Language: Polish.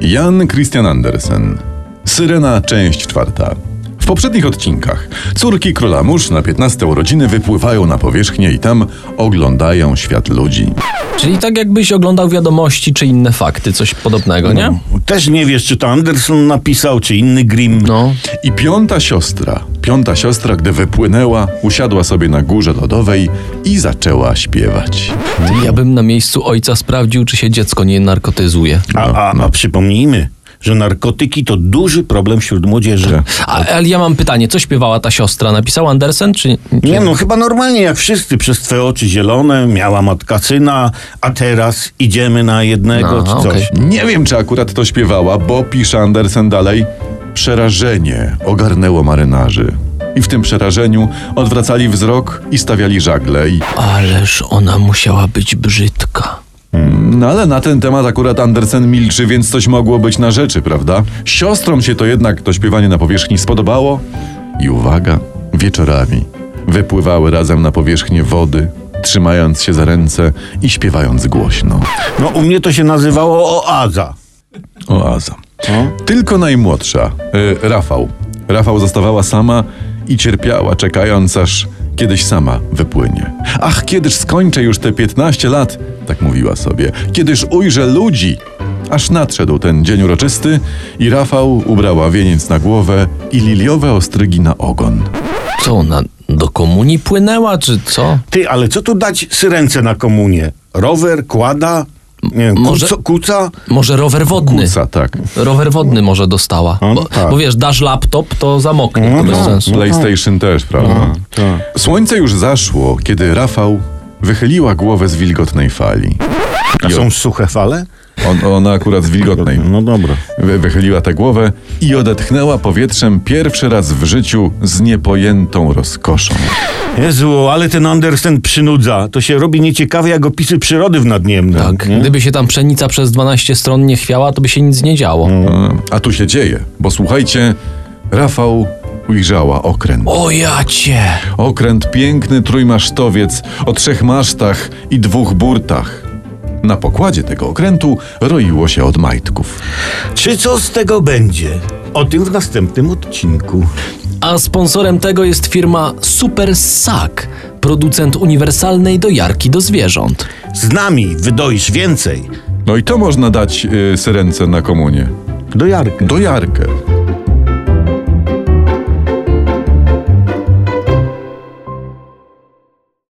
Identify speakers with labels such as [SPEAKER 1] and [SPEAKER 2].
[SPEAKER 1] Jan Christian Andersen. Syrena, część czwarta. W poprzednich odcinkach córki króla mórz na 15 urodziny wypływają na powierzchnię i tam oglądają świat ludzi.
[SPEAKER 2] Czyli tak jakbyś oglądał wiadomości czy inne fakty, coś podobnego,
[SPEAKER 3] No.
[SPEAKER 2] nie?
[SPEAKER 3] Też nie wiesz, czy to Anderson napisał, czy inny Grimm.
[SPEAKER 2] No.
[SPEAKER 1] I piąta siostra, piąta siostra, gdy wypłynęła, usiadła sobie na górze lodowej i zaczęła śpiewać.
[SPEAKER 2] Ty, Ja bym na miejscu ojca sprawdził, czy się dziecko nie narkotyzuje.
[SPEAKER 3] A, a,
[SPEAKER 2] no.
[SPEAKER 3] a przypomnijmy, że narkotyki to duży problem wśród młodzieży.
[SPEAKER 2] A, ale ja mam pytanie, co śpiewała ta siostra? Napisał Andersen, czy... czy...
[SPEAKER 3] Nie no, chyba normalnie jak wszyscy, przez twoje oczy zielone, miała matka syna, a teraz idziemy na jednego
[SPEAKER 2] Aha,
[SPEAKER 3] czy coś.
[SPEAKER 2] No, okej.
[SPEAKER 1] Nie wiem, czy akurat to śpiewała, bo pisze Andersen dalej. Przerażenie ogarnęło marynarzy. I w tym przerażeniu odwracali wzrok i stawiali żagle. I...
[SPEAKER 2] Ależ ona musiała być brzydka.
[SPEAKER 1] No ale na ten temat akurat Andersen milczy, więc coś mogło być na rzeczy, prawda? Siostrom się to jednak to śpiewanie na powierzchni spodobało. I uwaga, wieczorami wypływały razem na powierzchnię wody, trzymając się za ręce i śpiewając głośno.
[SPEAKER 3] No u mnie to się nazywało oaza. No.
[SPEAKER 1] Oaza. Tylko najmłodsza, y, Rafał. Rafał zostawała sama i cierpiała, czekając aż kiedyś sama wypłynie. Ach, kiedyż skończę już te 15 lat, tak mówiła sobie, kiedyż ujrzę ludzi. Aż nadszedł ten dzień uroczysty i Rafał ubrała wieniec na głowę i liliowe ostrygi na ogon.
[SPEAKER 2] Co ona, do komunii płynęła, czy co?
[SPEAKER 3] Ty, ale co tu dać syrence na komunie? Rower, kłada, nie wiem,
[SPEAKER 2] Może-
[SPEAKER 3] kuco, kuca?
[SPEAKER 2] Może rower wodny?
[SPEAKER 1] Kuca, tak.
[SPEAKER 2] Rower wodny może dostała.
[SPEAKER 3] No,
[SPEAKER 2] Bo,
[SPEAKER 3] tak.
[SPEAKER 2] bo wiesz, dasz laptop, to zamoknie, to
[SPEAKER 3] No,
[SPEAKER 2] bez
[SPEAKER 3] tak.
[SPEAKER 2] sensu.
[SPEAKER 1] PlayStation też, prawda?
[SPEAKER 3] tak.
[SPEAKER 1] Słońce już zaszło, kiedy Rafał wychyliła głowę z wilgotnej fali.
[SPEAKER 3] A są suche fale?
[SPEAKER 1] On, ona akurat z wilgotnej
[SPEAKER 3] No dobra.
[SPEAKER 1] Wy- Wychyliła tę głowę i odetchnęła powietrzem pierwszy raz w życiu z niepojętą rozkoszą.
[SPEAKER 3] Jezu, ale ten Andersen przynudza. To się robi nieciekawe jak opisy przyrody w Nadniemnym.
[SPEAKER 2] Tak.
[SPEAKER 3] nie?
[SPEAKER 2] Gdyby się tam pszenica przez 12 stron nie chwiała, to by się nic nie działo.
[SPEAKER 3] No.
[SPEAKER 1] A tu się dzieje, bo słuchajcie, Rafał ujrzała okręt.
[SPEAKER 2] O ja cię!
[SPEAKER 1] Okręt piękny trójmasztowiec o trzech masztach i dwóch burtach. Na pokładzie tego okrętu roiło się od majtków.
[SPEAKER 3] Czy co z tego będzie? O tym w następnym odcinku.
[SPEAKER 2] A sponsorem tego jest firma Super Sak, producent uniwersalnej dojarki do zwierząt.
[SPEAKER 3] Z nami wydoisz więcej.
[SPEAKER 1] No i to można dać y, syrence na komunie.
[SPEAKER 3] Do Jarka.
[SPEAKER 1] Dojarkę.